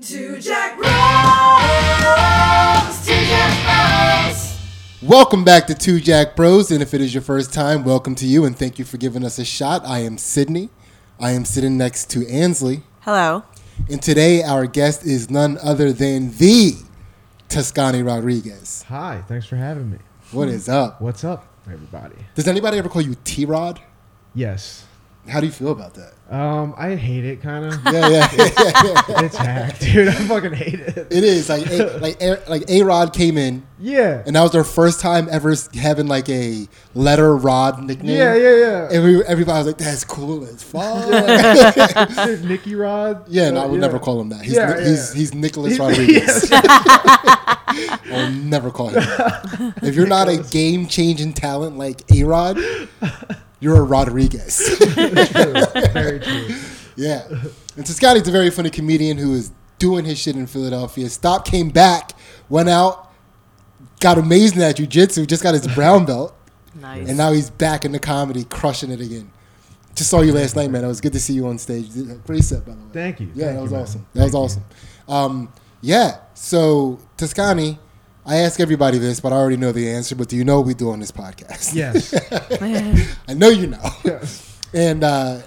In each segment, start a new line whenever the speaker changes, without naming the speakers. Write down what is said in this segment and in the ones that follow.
To Jack Rose! To Jack Rose!
Welcome back to Two Jack Bros, and if it is your first time, welcome to you, and thank you for giving us a shot. I am Sydney. I am sitting next to Ansley,
Hello.
and today our guest is none other than the Toscani Rodriguez.
Hi, thanks for having me.
What is up?
What's up, everybody?
Does anybody ever call you T Rod?
Yes.
How do you feel about that?
Um, I hate it, kind of.
Yeah, yeah, yeah, yeah.
it's hack, dude. I fucking hate it.
It is like a, like a, like A Rod came in,
Yeah.
and that was their first time ever having like a letter Rod nickname.
Yeah, yeah, yeah.
And we, everybody was like, "That's cool as fuck."
Dude, Nicky Rod.
Yeah, and
uh,
I would never call him that. He's
Yeah,
Ni-
yeah.
he's he's Nicholas
He's-
Rodriguez.
yes.
I'll never call him. That. If you're not a game changing talent like A Rod, you're a Rodriguez.
True. Very true.
yeah, and Scotty's a very funny comedian who is doing his shit in Philadelphia. Stop, came back, went out, got amazing at jujitsu, just got his brown belt,
Nice.
and now he's back in the comedy, crushing it again. Just saw you last night, man. It was good to see you on stage. Great set, by the way.
Thank you.
Yeah,
Thank
that was
you, man.
awesome. That was awesome. Um, yeah. So Toscani, I ask everybody this, but I already know the answer. But do you know what we do on this podcast?
Yes.
I know you know.
yes.
And uh,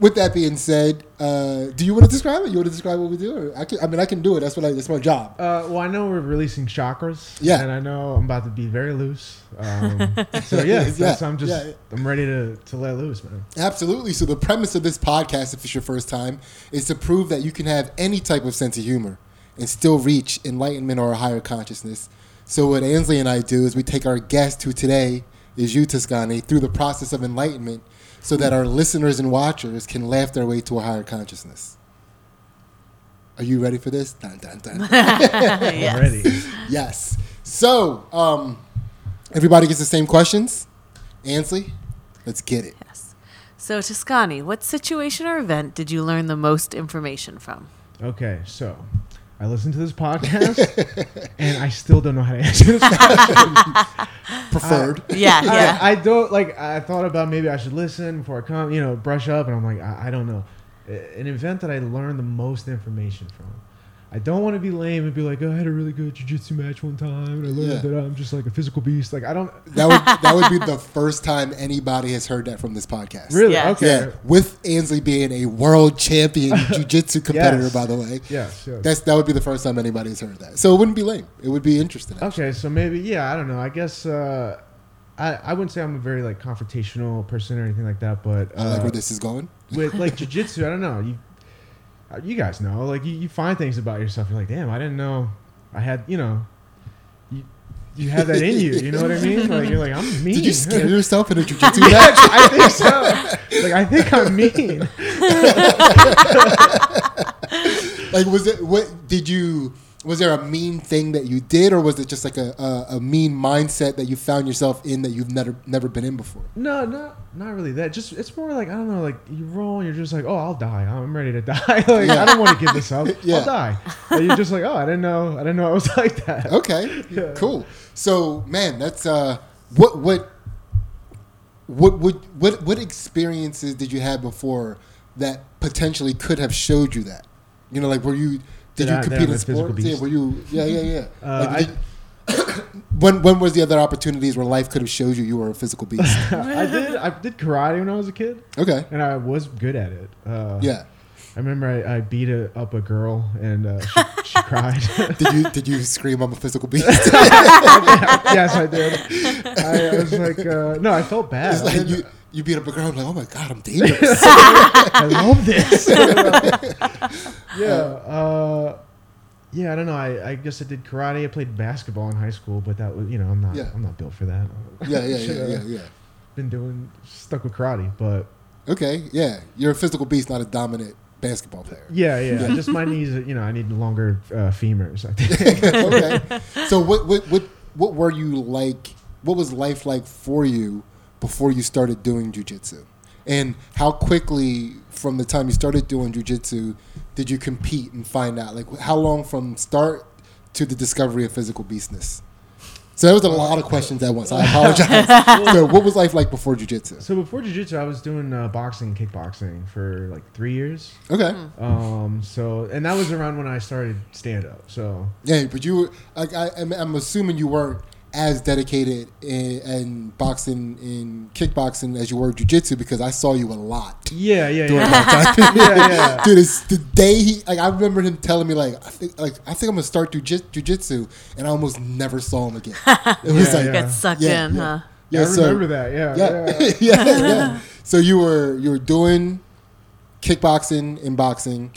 with that being said, uh, do you want to describe it? You want to describe what we do? Or I, can, I mean, I can do it. That's what I, that's my job.
Uh, well, I know we're releasing chakras.
Yeah.
And I know I'm about to be very loose. Um, so yeah,
Yeah,
that's, I'm just
yeah.
I'm ready to to let loose, man.
Absolutely. So the premise of this podcast, if it's your first time, is to prove that you can have any type of sense of humor and still reach enlightenment or a higher consciousness. So what Ansley and I do is we take our guest, who today is you, Toscani, through the process of enlightenment, so that our listeners and watchers can laugh their way to a higher consciousness. Are you ready for this? Dun, dun, dun, dun.
I'm ready.
yes. So um, everybody gets the same questions. Ansley, let's get it.
So, Toscani, what situation or event did you learn the most information from?
Okay, so I listened to this podcast and I still don't know how to answer this question.
Preferred.
Yeah, yeah.
uh,
I, I don't like. I thought about maybe I should listen before I come, you know, brush up, and I'm like, I, I don't know. A- An event that I learned the most information from. I don't want to be lame and be like, oh, I had a really good jujitsu match one time, and I learned
Yeah.
that I'm just like a physical beast. Like I don't
That would that would be the first time anybody has heard that from this podcast.
really
Yes.
okay.
Yeah, with Ansley being a world champion jiu-jitsu competitor,
Yes.
by the way.
Yes, yes.
That's that would be the first time anybody has heard that. So it wouldn't be lame. It would be interesting.
Okay, so maybe yeah, I don't know. I guess uh, I I wouldn't say I'm a very like confrontational person or anything like that, but
I like
uh,
where this is going.
with like jujitsu, I don't know. You, uh, you guys know, like you, you find things about yourself. You're like, damn, I didn't know I had, you know, you, you have that in you. You know what I mean? Like you're like, I'm mean.
Did you scare yourself in a jiu-jitsu
Yeah,
match?
I think so. Like I think I'm mean.
Like, was it what did you? Was there a mean thing that you did, or was it just like a, a, a mean mindset that you found yourself in that you've never never been in before?
No, no, not really that. Just it's more like I don't know. Like you roll, and you're just like, oh, I'll die. I'm ready to die. like I don't want to give this up.
Yeah.
I'll die. But you're just like, oh, I didn't know. I didn't know I was like that.
Okay,
Yeah.
cool. So, man, that's uh, what what what what what what experiences did you have before that potentially could have showed you that? You know, like were you did
That
you
I- that
compete
I'm
in
a physical
sports? Yeah,
beast.
were you? Yeah, yeah, yeah.
Uh,
Like, did- when when was the other opportunities where life could have showed you you were a physical beast?
I did. I did karate when I was a kid,
okay,
and I was good at it. Uh,
yeah.
I remember I, I beat a, up a girl and uh, she, she cried.
Did you did you scream I'm a physical beast?
yes, I did. I, I was like, uh, no, I felt bad.
It's
I,
like
didn't-
you you beat up a girl. I'm like, oh my god, I'm dangerous.
I love this. yeah, uh, yeah. I don't know. I, I guess I did karate. I played basketball in high school, but that was you know I'm not
Yeah.
I'm not built for that.
yeah, yeah, yeah,
Should've
yeah, yeah.
Been doing stuck with karate, but
Okay, yeah. You're a physical beast, not a dominant basketball player.
yeah, yeah. just my knees. You know, I need longer uh, femurs. I think.
okay. So what, what what what were you like? What was life like for you before you started doing jujitsu? And how quickly from the time you started doing jujitsu did you compete and find out? Like how long from start to the discovery of physical beastness? So that was a lot of questions at once. I apologize. so what was life like before jujitsu?
So before jiu-jitsu, I was doing uh, boxing and kickboxing for like three years.
Okay.
Um, so and that was around when I started stand up. So
Yeah, but you were like I, I'm, I'm assuming you weren't as dedicated in, in boxing in kickboxing as you were jujitsu because I saw you a lot.
yeah, yeah,
during
yeah.
that time.
Yeah,
Dude, it's the day he like I remember him telling me like I think like I think I'm gonna start jujit- jujitsu, and I almost never saw him again. It was
Yeah,
like
yeah.
Got sucked
Yeah,
in,
yeah.
huh?
yeah,
I
so-
remember that. Yeah,
yeah,
yeah.
yeah, yeah, So you were you were doing kickboxing and boxing,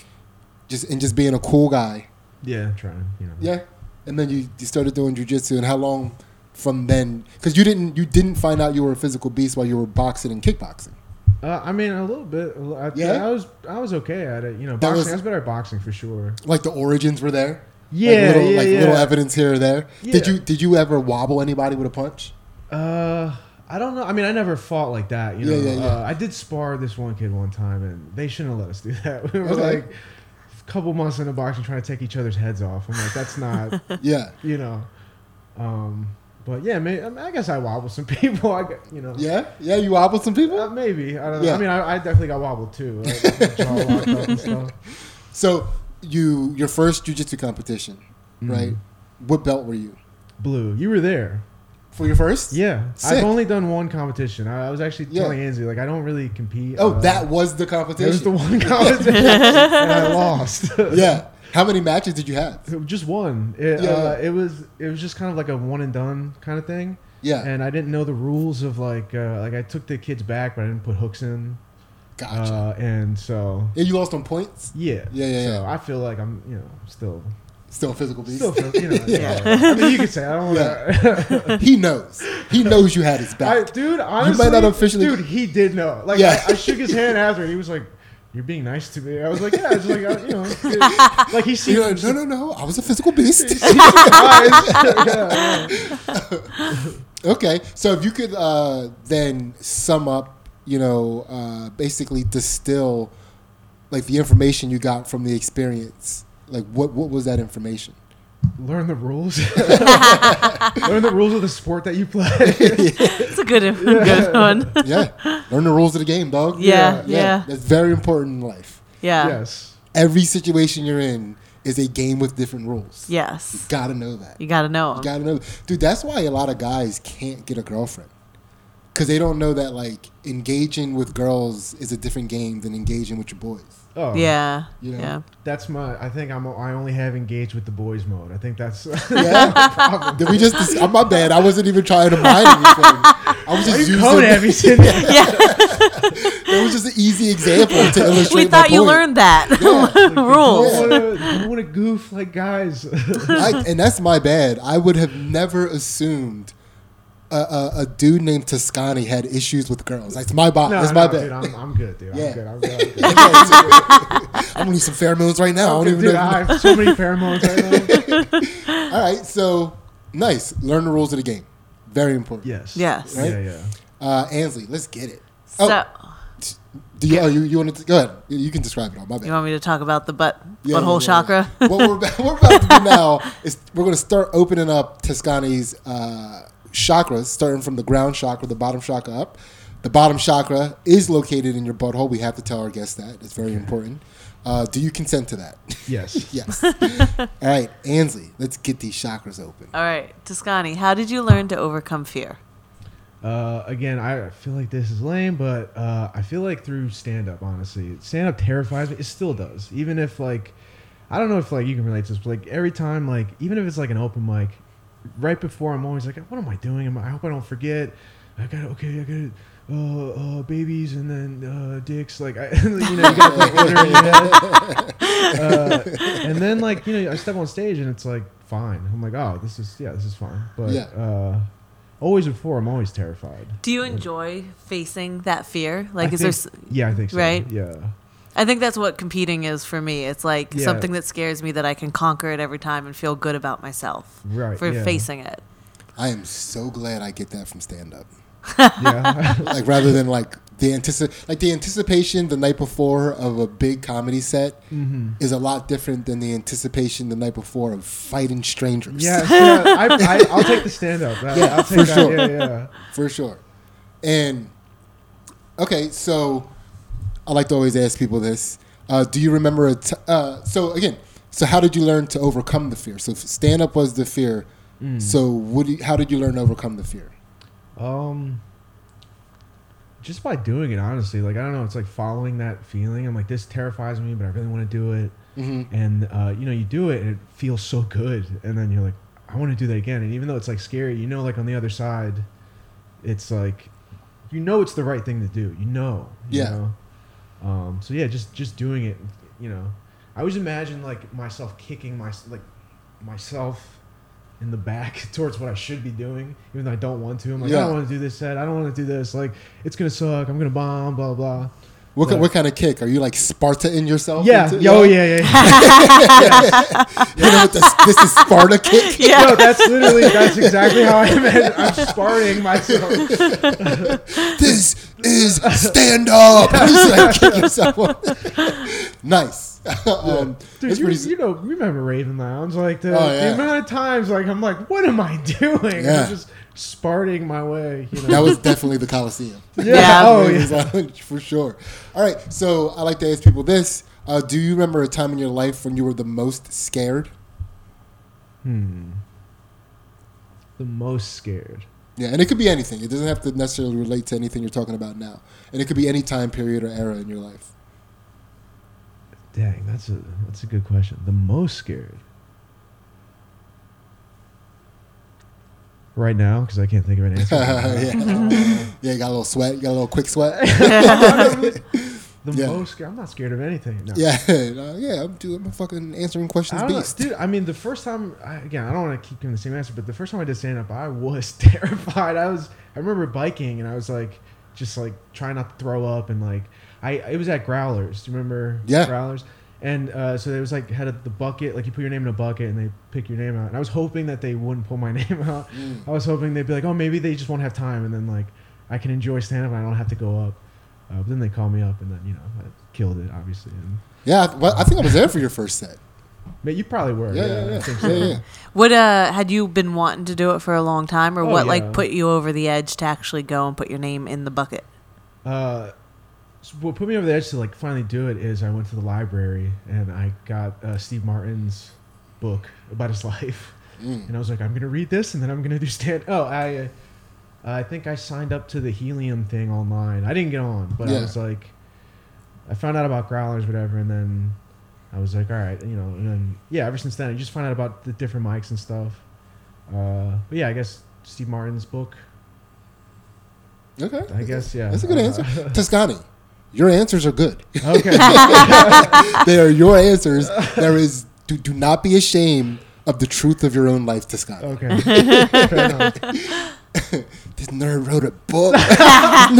just and just being a cool guy.
Yeah, trying. You know.
Yeah, and then you, you started doing jujitsu, and how long from then? Because you didn't you didn't find out you were a physical beast while you were boxing and kickboxing.
Uh, I mean, a little bit. a li- I,
Yeah?
I was I was okay at it. You know,
That
boxing.
was-
I was better at boxing for sure.
Like the origins were there.
Yeah,
like little,
yeah,
like
yeah.
little evidence here or there. Did
Yeah.
you did you ever wobble anybody with a punch?
Uh, I don't know. I mean, I never fought like that. You know,
Yeah, yeah, yeah.
Uh, I did spar this one kid one time, and they shouldn't have let us do that. We were
Okay.
like a couple months in the boxing trying to take each other's heads off. I'm like, that's not,
Yeah,
you know. Um, but yeah, may, I, mean, I guess I wobbled some people. I, gu- you know.
yeah, yeah. You wobbled some people.
Uh, maybe I don't know.
Yeah.
I mean, I, I definitely got wobbled too. Like, jaw locked up and stuff.
So you your first jujitsu competition, right? What belt were you
Blue, you were there.
for your first?
Yeah,
Sick.
I've only done one competition. I, I was actually
Yeah.
telling Ansley like I don't really compete.
Oh,
Uh,
that was the
it
competition.
was the one competition and I lost.
yeah. How many matches did you have?
just one. It,
Yeah,
uh,
yeah.
it was it was just kind of like a one and done kind of thing.
Yeah.
And I didn't know the rules of like uh, like I took the kids back, but I didn't put hooks in.
Gotcha.
Uh, and so
and you lost on points.
yeah,
Yeah, yeah,
So
yeah.
I feel like I'm you know still
Still a physical beast.
still feel- you know.
Yeah.
I mean, you could say I don't. Wanna,
he knows. He knows you had his
I,
back.
dude, honestly,
not officially-
dude, he did know. Like,
Yeah.
I, I shook his hand after, and he was like, "You're being nice to me." I was like, "Yeah," I was like, I, you know, it- like he seemed
You're like, no, no, no. I was a physical beast.
surprised. Yeah, yeah.
Okay, so if you could uh, then sum up, you know, uh, basically distill like the information you got from the experience, like what what was that information?
Learn the rules. Learn the rules of the sport that you play.
It's a good, good one.
Yeah, learn the rules of the game, dog.
Yeah, yeah.
that's very important in life.
Yeah.
Yes.
Every situation you're in is a game with different rules.
Yes.
Gotta know that.
You gotta know. 'em.
You gotta know, dude. That's why a lot of guys can't get a girlfriend because they don't know that like engaging with girls is a different game than engaging with your boys.
Oh,
yeah.
You know.
Yeah.
That's my. I think I'm. I only have engaged with the boys mode. I think that's.
Yeah. Did we just? Dis- I'm my bad. I wasn't even trying to mind anything. I was just using.
Code
It
everything.
Yeah.
was just an easy example to illustrate.
we
my
thought you
point.
learned that. Rules.
Yeah.
You want to goof like guys.
I, and that's my bad. I would have never assumed a, a, a dude named Toscani had issues with girls. That's my bad.
No,
that's
no,
my
dude,
bad.
I'm, I'm good, dude.
Yeah.
I'm good. I'm good. I'm good.
I'm gonna need some pheromones right now. I don't
Dude,
even know.
I have so many pheromones right now.
All right, so nice. Learn the rules of the game. Very important.
Yes.
Yes.
Yeah, yeah.
Uh, Ansley, let's get it. Oh,
So,
do you? Oh, you, you want to go ahead? You you can describe it all. My bad.
you want me to talk about the butt
Yeah,
butthole
yeah, yeah.
chakra?
what we're about, we're about to do now is we're going to start opening up Toscani's uh, chakras, starting from the ground chakra, the bottom chakra up. The bottom chakra is located in your butthole. We have to tell our guests that. It's very important. Uh, do you consent to that?
Yes.
yes. All right, Ansley, let's get these chakras open.
All right, Toscani, how did you learn to overcome fear?
Uh, again, I feel like this is lame, but uh, I feel like through stand up, honestly, stand up terrifies me. It still does. Even if, like, I don't know if, like, you can relate to this, but, like, every time, like, even if it's like an open mic, right before I'm always like, what am I doing? Am I, I hope I don't forget. I got to, okay, I got to. Uh, uh, babies and then uh, dicks, like I, you know, you got that order in your head. uh, and then like you know, I step on stage and it's like fine. I'm like, oh, this is yeah, this is fine. But
Yeah.
uh, always before, I'm always terrified.
Do you enjoy facing that fear? Like,
I
is there?
think-
s-
Yeah, I think so.
right?
Yeah.
I think that's what competing is for me. It's like
Yeah.
something that scares me that I can conquer it every time and feel good about myself
Right,
for
yeah.
facing it.
I am so glad I get that from stand up.
yeah.
like rather than like the antici- like the anticipation the night before of a big comedy set
Mm-hmm.
is a lot different than the anticipation the night before of fighting strangers.
Yeah, sure. I, I, I'll take the stand up.
Yeah,
I'll take
for
that.
sure.
Yeah, yeah.
for sure. And okay, so I like to always ask people this: uh, Do you remember a? T- uh, so again, so how did you learn to overcome the fear? So stand up was the fear.
Mm.
So what? Do you, how did you learn to overcome the fear?
Um, just by doing it, honestly. Like I don't know, it's like following that feeling. I'm like, this terrifies me, but I really want to do it. And uh, you know, you do it, and it feels so good. And then you're like, I want to do that again. And even though it's like scary, you know, like on the other side, it's like, you know, it's the right thing to do. You know. you
Yeah.
know? Um. So yeah, just just doing it. You know, I always imagine like myself kicking my like myself in the back towards what I should be doing, even though I don't want to. I'm like, I
Yeah.
don't want to do this set. I don't want to do this. Like, it's gonna suck. I'm gonna bomb. Blah blah.
What, ki-
Yeah.
what kind of kick? Are you like Sparta in yourself?
Yeah.
into-
Oh yeah. Yeah. yeah.
You know what this, this is Sparta kick?
Yeah.
No, that's literally that's exactly how I imagine. I'm sparring myself.
this is stand up. He's like, kick yourself up. nice. um,
Dude,
that's
you,
pretty-
you know, you remember Raven Lounge? Like the,
Oh, yeah.
the amount of times, like I'm like, what am I doing?
Yeah.
I'm just sparring my way. You know?
that was definitely the Coliseum.
yeah.
Yeah.
Oh
It
yeah.
was on- for sure. All right. So I like to ask people this. Uh, do you remember a time in your life when you were the most scared?
The most scared.
Yeah, and it could be anything. It doesn't have to necessarily relate to anything you're talking about now. And it could be any time period or era in your life.
Dang, that's a that's a good question. The most scared right now because I can't think of an answer.
yeah. yeah, you got a little sweat. You got a little quick sweat.
the
Yeah.
most scared. I'm not scared of anything. No.
Yeah, uh, yeah. I'm doing. I'm fucking answering questions.
I don't know,
beast.
dude. I mean, the first time I, again, I don't want to keep giving the same answer, but the first time I did stand up, I was terrified. I was, I remember biking and I was like, just like trying not to throw up and like, I it was at Growlers. Do you remember?
Yeah.
Growlers. And uh, so there was like had a, the bucket, like you put your name in a bucket and they pick your name out. And I was hoping that they wouldn't pull my name out.
Mm.
I was hoping they'd be like, oh, maybe they just won't have time, and then like I can enjoy stand up and I don't have to go up. Uh, but then they called me up and then you know I killed it obviously. And
Yeah, I- well, I think I was there for your first set.
but you probably were.
Yeah, yeah,
I
yeah.
think so.
yeah, yeah.
What uh had you been wanting to do it for a long time or
Oh,
what
yeah.
like put you over the edge to actually go and put your name in the bucket?
Uh, so what put me over the edge to like finally do it is I went to the library and I got uh, Steve Martin's book about his life,
Hmm. Mm.
and I was like, I'm gonna read this and then I'm gonna do stand. Oh, I, uh, I think I signed up to the helium thing online. I didn't get on, but
Yeah.
I was like, I found out about growlers, whatever, and then I was like, all right, you know, and then yeah, ever since then, I just find out about the different mics and stuff. Uh, but yeah, I guess Steve Martin's book.
Okay,
I guess yeah.
that's a good
Uh,
answer, Toscani. Your answers are good.
Okay.
they are your answers. There is do, do not be ashamed of the truth of your own life, Toscani.
Okay. Fair enough.
This nerd wrote a book. this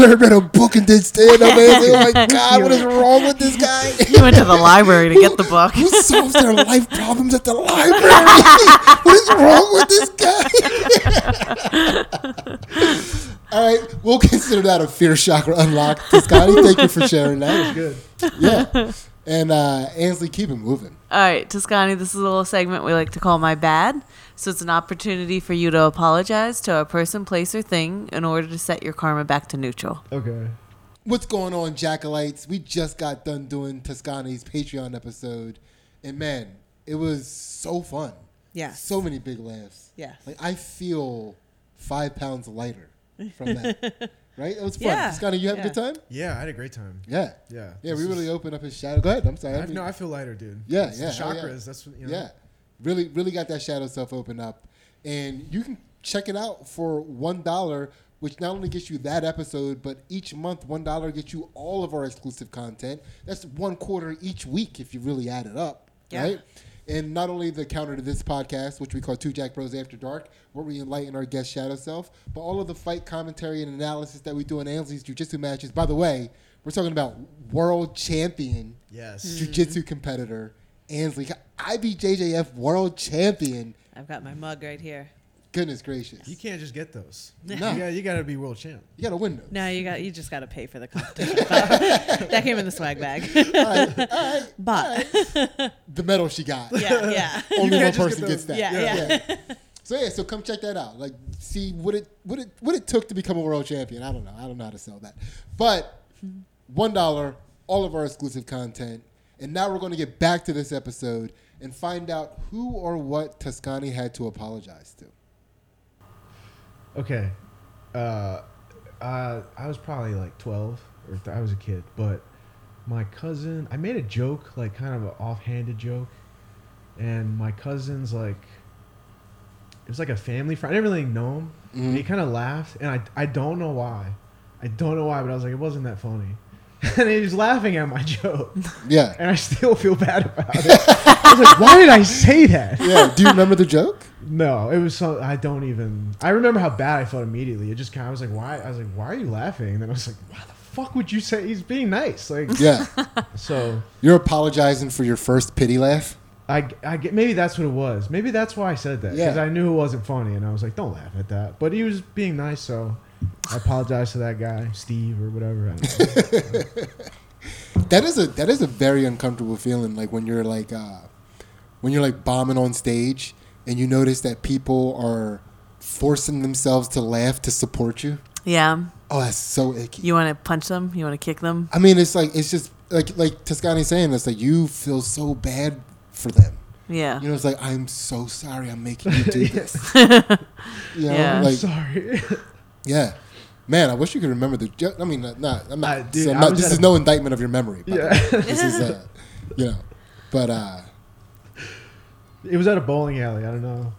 nerd wrote a book and did stand up. Oh my god, what is wrong with this guy?
You went to the library to get the book.
Who solves their life problems at the library? what is wrong with this guy? All right, we'll consider that a fear chakra unlock. Scotty, thank you for sharing that.
Good.
Yeah. And uh, Ansley, keep it moving.
All right, Toscani, this is a little segment we like to call My Bad. So it's an opportunity for you to apologize to a person, place, or thing in order to set your karma back to neutral.
Okay.
What's going on, Jackalites? We just got done doing Toscani's Patreon episode, and man, it was so fun.
Yes.
So many big laughs.
Yes.
Like I feel five pounds lighter from that. right? It was fun.
Yeah.
Toscani, you have a good
Yeah.
time?
Yeah, I had a great time.
Yeah.
Yeah.
Yeah, we
This
really
is-
opened up his shadow. Go ahead. I'm sorry.
I, no, I feel lighter, dude.
Yeah,
It's
yeah,
the
hell
Chakras.
yeah.
That's what, you know.
Yeah. Really, really got that shadow self open up. And you can check it out for one dollar, which not only gets you that episode, but each month one dollar gets you all of our exclusive content. That's one quarter each week if you really add it up.
Yeah.
Right? And not only the counter to this podcast, which we call Two Jack Bros After Dark, where we enlighten our guest shadow self, but all of the fight commentary and analysis that we do in Ansley's jiu-jitsu matches. By the way, we're talking about world champion
Yes.
Hmm.
jiu-jitsu competitor Ansley, IBJJF world champion.
I've got my mug right here.
Goodness gracious.
You
You,
can't just get those.
No.
You, got, you got to be world champ.
got a window.
No, you got you just got to pay for the competition. But that came in the swag bag.
All right, all right.
But
The medal she got.
yeah, yeah,
Only one
can't just get
person
the-
gets that.
yeah, yeah.
So yeah, so come check that out. Like, see what it what it what it took to become a world champion. I don't know. I don't know how to sell that. But
Hmm.
one dollar, all of our exclusive content. And now we're going to get back to this episode and find out who or what Tuscany had to apologize to.
Okay. Uh, uh, I was probably like 12 or th- I was a kid, but my cousin, I made a joke, like kind of an offhanded joke. And my cousin's like, it was like a family friend. I didn't really know him. And he kind of laughed. And I, I don't know why. I don't know why, but I was like, it wasn't that funny. And he was laughing at my joke.
Yeah,
And I still feel bad about it. I was like, why did I say that?
yeah. Do you remember the joke?
No, it was so I don't even. I remember how bad I felt immediately. It just kind of I was like, why? I was like, why are you laughing? And then I was like, why the fuck would you say he's being nice? Like,
Yeah,
so
you're apologizing for your first pity laugh.
I, I get maybe that's what it was. Maybe that's why I said that because
Yeah.
I knew it wasn't funny, and I was like, don't laugh at that. But he was being nice, so I apologized to that guy, Steve or whatever. I don't know.
That is a that is a very uncomfortable feeling. Like when you're like uh, when you're like bombing on stage and you notice that people are forcing themselves to laugh to support you.
Yeah.
Oh, that's so icky.
You want to punch them? You want to kick them?
I mean, it's like it's just like like Toscani's saying this. Like you feel so bad for them.
Yeah.
You know, it's like I'm so sorry. I'm making you do this. You know,
Yeah.
I'm
like
sorry.
yeah. Man, I wish you could remember the. jo- I mean, not. not I'm not.
Uh, dude,
so I'm
I
not-
was
this
at
is
a-
no indictment of your memory. by the way.
yeah,
This is, uh, you know, but uh,
it was at a bowling alley. I don't know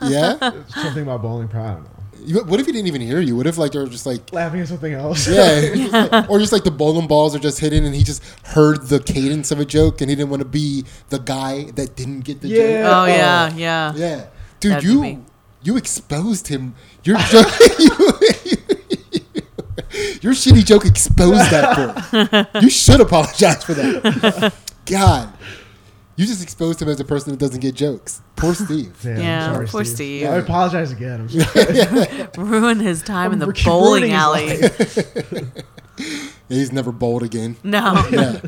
yeah.
something about bowling. Probably I don't know.
You- What if he didn't even hear you? What if like they were just like
Laughing at something else.
yeah, just like- or just like the bowling balls are just hidden, and he just heard the cadence of a joke, and he didn't want to be the guy that didn't get the
Yeah.
joke.
Oh, yeah, yeah.
yeah, dude,
That'd be
you
me.
you exposed him. Your joke, your shitty joke exposed that boy. You should apologize for that. God, you just exposed him as a person that doesn't get jokes. Poor Steve.
Damn, I'm
Yeah,
sorry,
poor
Steve.
Steve.
I apologize again. I'm sorry.
Ruin his time in
I'm
the
ruining
bowling
his
alley.
He's never bowled again.
No.
yeah.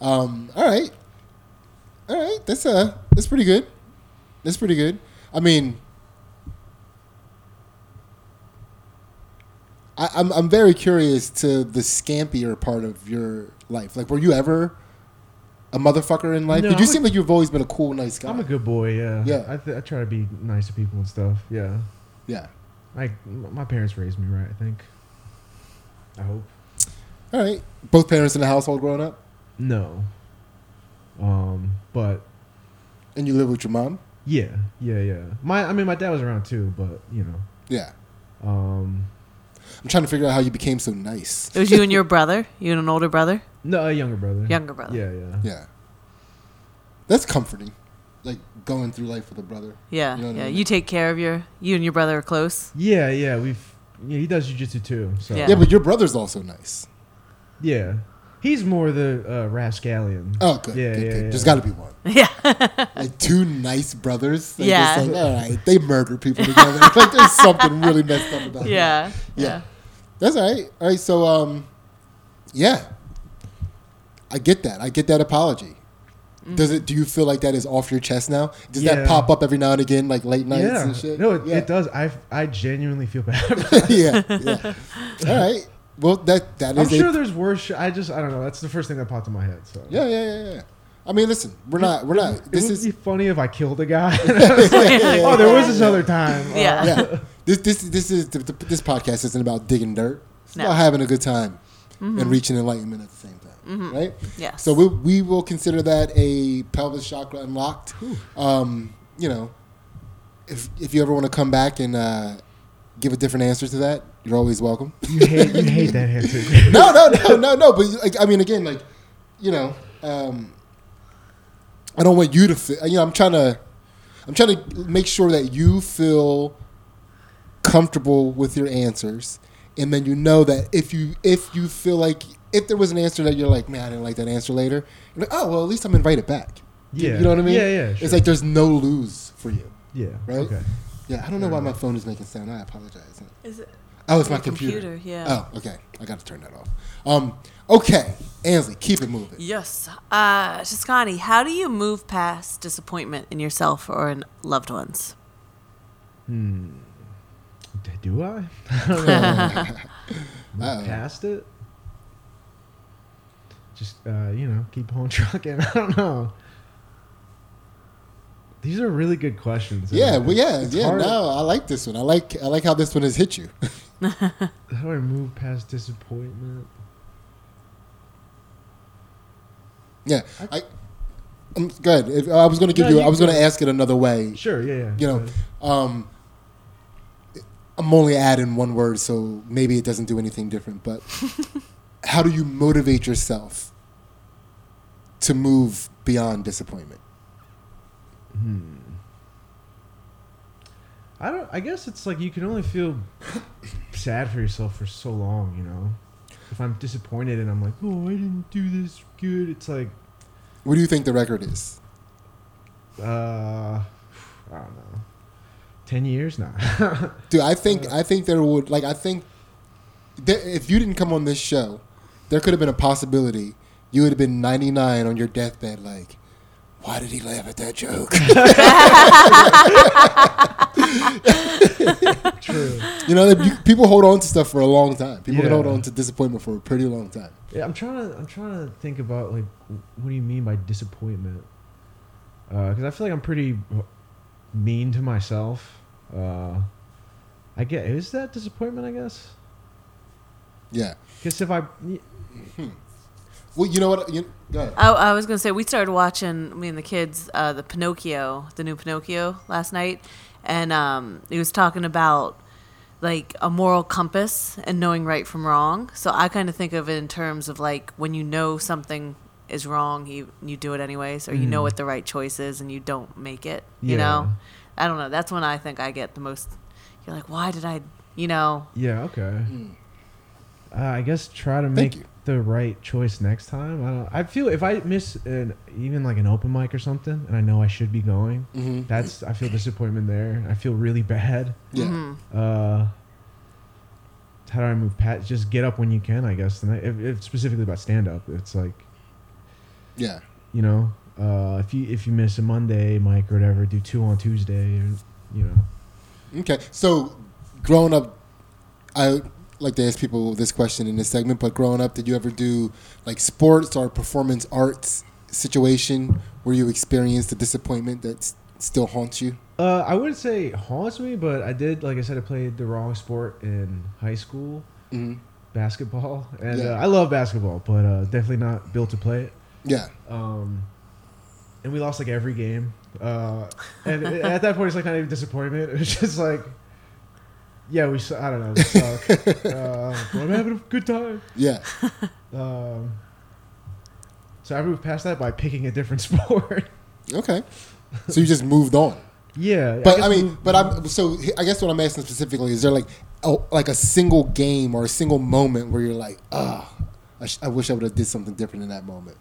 Um, all right. All right. That's uh that's pretty good. That's pretty good. I mean I, I'm I'm very curious to the scampier part of your life. Like were you ever a motherfucker in life?
No,
Did you
I'm a-
seem like you've always been a cool, nice guy?
I'm a good boy. Yeah.
Yeah.
I, th- I try to be nice to people and stuff. Yeah.
yeah.
Like m- my parents raised me right. I think. I hope.
All right. Both parents in the household growing up?
No. Um. But
And you live with your mom?
yeah, yeah, yeah. My I mean, my dad was around too, but you know.
Yeah.
Um.
I'm trying to figure out how you became so nice.
It was you and your brother. You and an older brother.
No, a younger brother.
Younger brother.
Yeah, yeah.
Yeah. That's comforting. Like going through life with a brother.
Yeah,
You know what I
yeah.
mean?
You take care of your. You and your brother are close.
Yeah, yeah. We've. Yeah, he does jujitsu too. So.
Yeah.
Yeah, but your brother's also nice.
Yeah. He's more the uh, rascallion.
Oh, good.
Yeah,
good,
yeah,
good.
yeah.
There's got to be one.
Yeah,
Like two nice brothers. Like,
Yeah.
Just like, all right, they murder people together. like there's something really messed up about that.
yeah,
Yeah. That's all right. All right. So, um, yeah, I get that. I get that apology.
Mm.
Does it? Do you feel like that is off your chest now? Does
Yeah.
that pop up every now and again, like late nights
Yeah.
and shit?
No, it,
Yeah.
it does. I I genuinely feel bad. About
yeah, yeah. All right. Well, that that is
I'm
a
sure there's worse. Sh- I just I don't know. That's the first thing that popped in my head. So
Yeah, yeah, yeah, yeah. I mean, listen, we're not, we're not.
It
This
would
is,
be funny if I killed a guy. oh, there was this other time. Uh,
Yeah.
yeah. This, this, this is the, the- this podcast isn't about digging dirt. It's
No. Mm-hmm.
about having a good time and reaching enlightenment at the same time, right?
Yes.
So we we will consider that a pelvis chakra unlocked. Um, you know, if if you ever want to come back and uh, give a different answer to that, you're always welcome.
Oh, You hate you hate that answer.
no, no, no, no, no. But like, I mean, again, like, you know, um, I don't want you to. Feel, you know, I'm trying to, I'm trying to make sure that you feel comfortable with your answers, and then you know that if you if you feel like if there was an answer that you're like, man, I didn't like that answer later. You're like, oh well, at least I'm invited back. You-
Yeah.
you know what I mean.
Yeah, yeah, sure.
It's like there's no lose for you,
Yeah.
right?
Okay.
Yeah, I don't know why my phone is making sound. I apologize.
Is it
Oh, it's my
Your
computer.
computer, yeah.
Oh, okay. I got to turn that off. Um, okay, Ansley, keep it moving.
Yes. Uh, Shiskani, how do you move past disappointment in yourself or in loved ones?
D- Hmm. Do I? I don't know. Move Past it. Just uh, you know, keep on trucking. I don't know. These are really good questions.
Yeah,
and
well, yeah,
it's
yeah.
hard-
No, I like this one. I like I like how this one has hit you.
How do I move past disappointment?
yeah, I. I'm good. If, I was going to give
No,
you.
you
I was going to
go.
ask it another way.
Sure. Yeah. Yeah.
You know, um, I'm only adding one word, so maybe it doesn't do anything different. But how do you motivate yourself to move beyond disappointment?
I don't. I guess it's like you can only feel sad for yourself for so long. You know, if I'm disappointed and I'm like, oh, I didn't do this good. It's like,
What do you think the record is?
uh, I don't know. Ten years now.
Dude, I think I think there would like I think there, if you didn't come on this show, there could have been a possibility you would have been 99 on your deathbed like why did he laugh at that joke?
True.
you know, you- people hold on to stuff for a long time. People can
Yeah.
hold on to disappointment for a pretty long time.
Yeah, I'm trying to. I'm trying to think about like, what do you mean by disappointment? Because I feel like I'm pretty mean to myself. Uh, I get. Is that disappointment? I guess.
Yeah.
Because if I,
Well, you know what? You, go ahead.
Oh, I, I was going to say, we started watching, me and the kids, uh, the Pinocchio, the new Pinocchio last night. And um, he was talking about like a moral compass and knowing right from wrong. So I kind of think of it in terms of like when you know something is wrong, you, you do it anyways, or you
Mm.
know what the right choice is and you don't make it, you
Yeah.
know? I don't know. That's when I think I get the most, you're like, why did I, you know?
yeah, okay. Uh, I guess try to
Mm. Thank
make
you.
the right choice next time. I don't. I feel if I miss an even like an open mic or something, and I know I should be going,
Mm-hmm.
that's I feel disappointment there. I feel really bad.
Yeah.
mm-hmm.
uh how do I move past? Just get up when you can, I guess. And I, if, if specifically about stand up, it's like
Yeah.
you know, uh, if you if you miss a Monday, Mike or whatever, do two on Tuesday, or you know,
Okay. So, growing up, I like to ask people this question in this segment. But growing up, did you ever do like sports or performance arts situation where you experienced the disappointment that s- still haunts you?
Uh, I wouldn't say haunts me, but I did, like I said, I played the wrong sport in high school,
Mhm.
basketball, and
Yeah.
uh, I love basketball, but uh, definitely not built to play it.
Yeah.
Um, and we lost like every game, uh, and it- at that point, it's like not even disappointment. It was just like, yeah, we. su- I don't know. We suck. uh, but I'm having a good time.
Yeah.
Um, so I moved past that by picking a different sport.
Okay. So you just moved on.
yeah,
But
guess
I, mean,
move-
but I'm so h- I guess what I'm asking specifically is there like oh, like a single game or a single moment where you're like, ah, I, sh- I wish I would have did something different in that moment.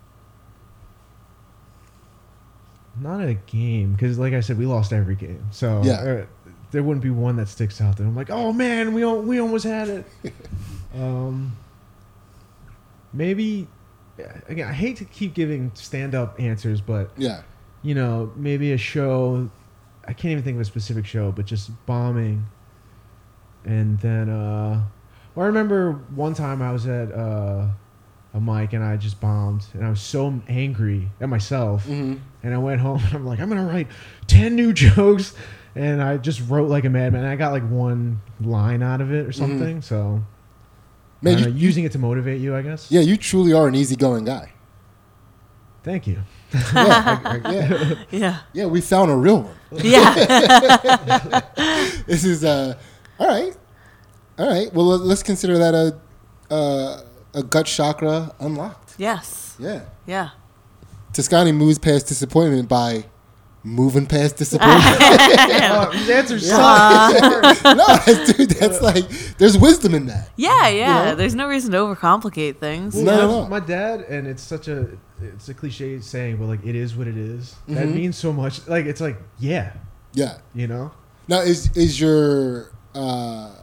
Not a game, because like I said, we lost every game. So
Yeah.
uh, there wouldn't be one that sticks out. That I'm like, oh man, we al- we almost had it. um, maybe again, I hate to keep giving stand up answers, but
Yeah.
you know, maybe a show. I can't even think of a specific show, but just bombing. And then, uh, well, I remember one time I was at uh, a mic and I just bombed, and I was so angry at myself.
Mm-hmm.
And I went home and I'm like, I'm gonna write ten new jokes, and I just wrote like a madman. I got like one line out of it or something. So, I
Mm-hmm. Man,
don't
you,
know, using it to motivate you, I guess.
yeah, you truly are an easygoing guy.
Thank you.
yeah, yeah,
Yeah.
yeah. We found a real one.
Yeah.
This is uh, all right, all right. Well, let- let's consider that a uh, a gut chakra unlocked.
yes.
Yeah,
Yeah.
Toscani moves past disappointment by moving past disappointment.
Oh, these answers
no, that's, dude, that's like there's wisdom in that.
Yeah, yeah.
know?
There's no reason to overcomplicate things.
Well,
Well,
Not
my-
at all.
My dad, and it's such a it's a cliche
Mm-hmm.
saying, but like it is what it is. That means so much. Like it's like yeah,
Yeah,
you know.
Now, is is your uh,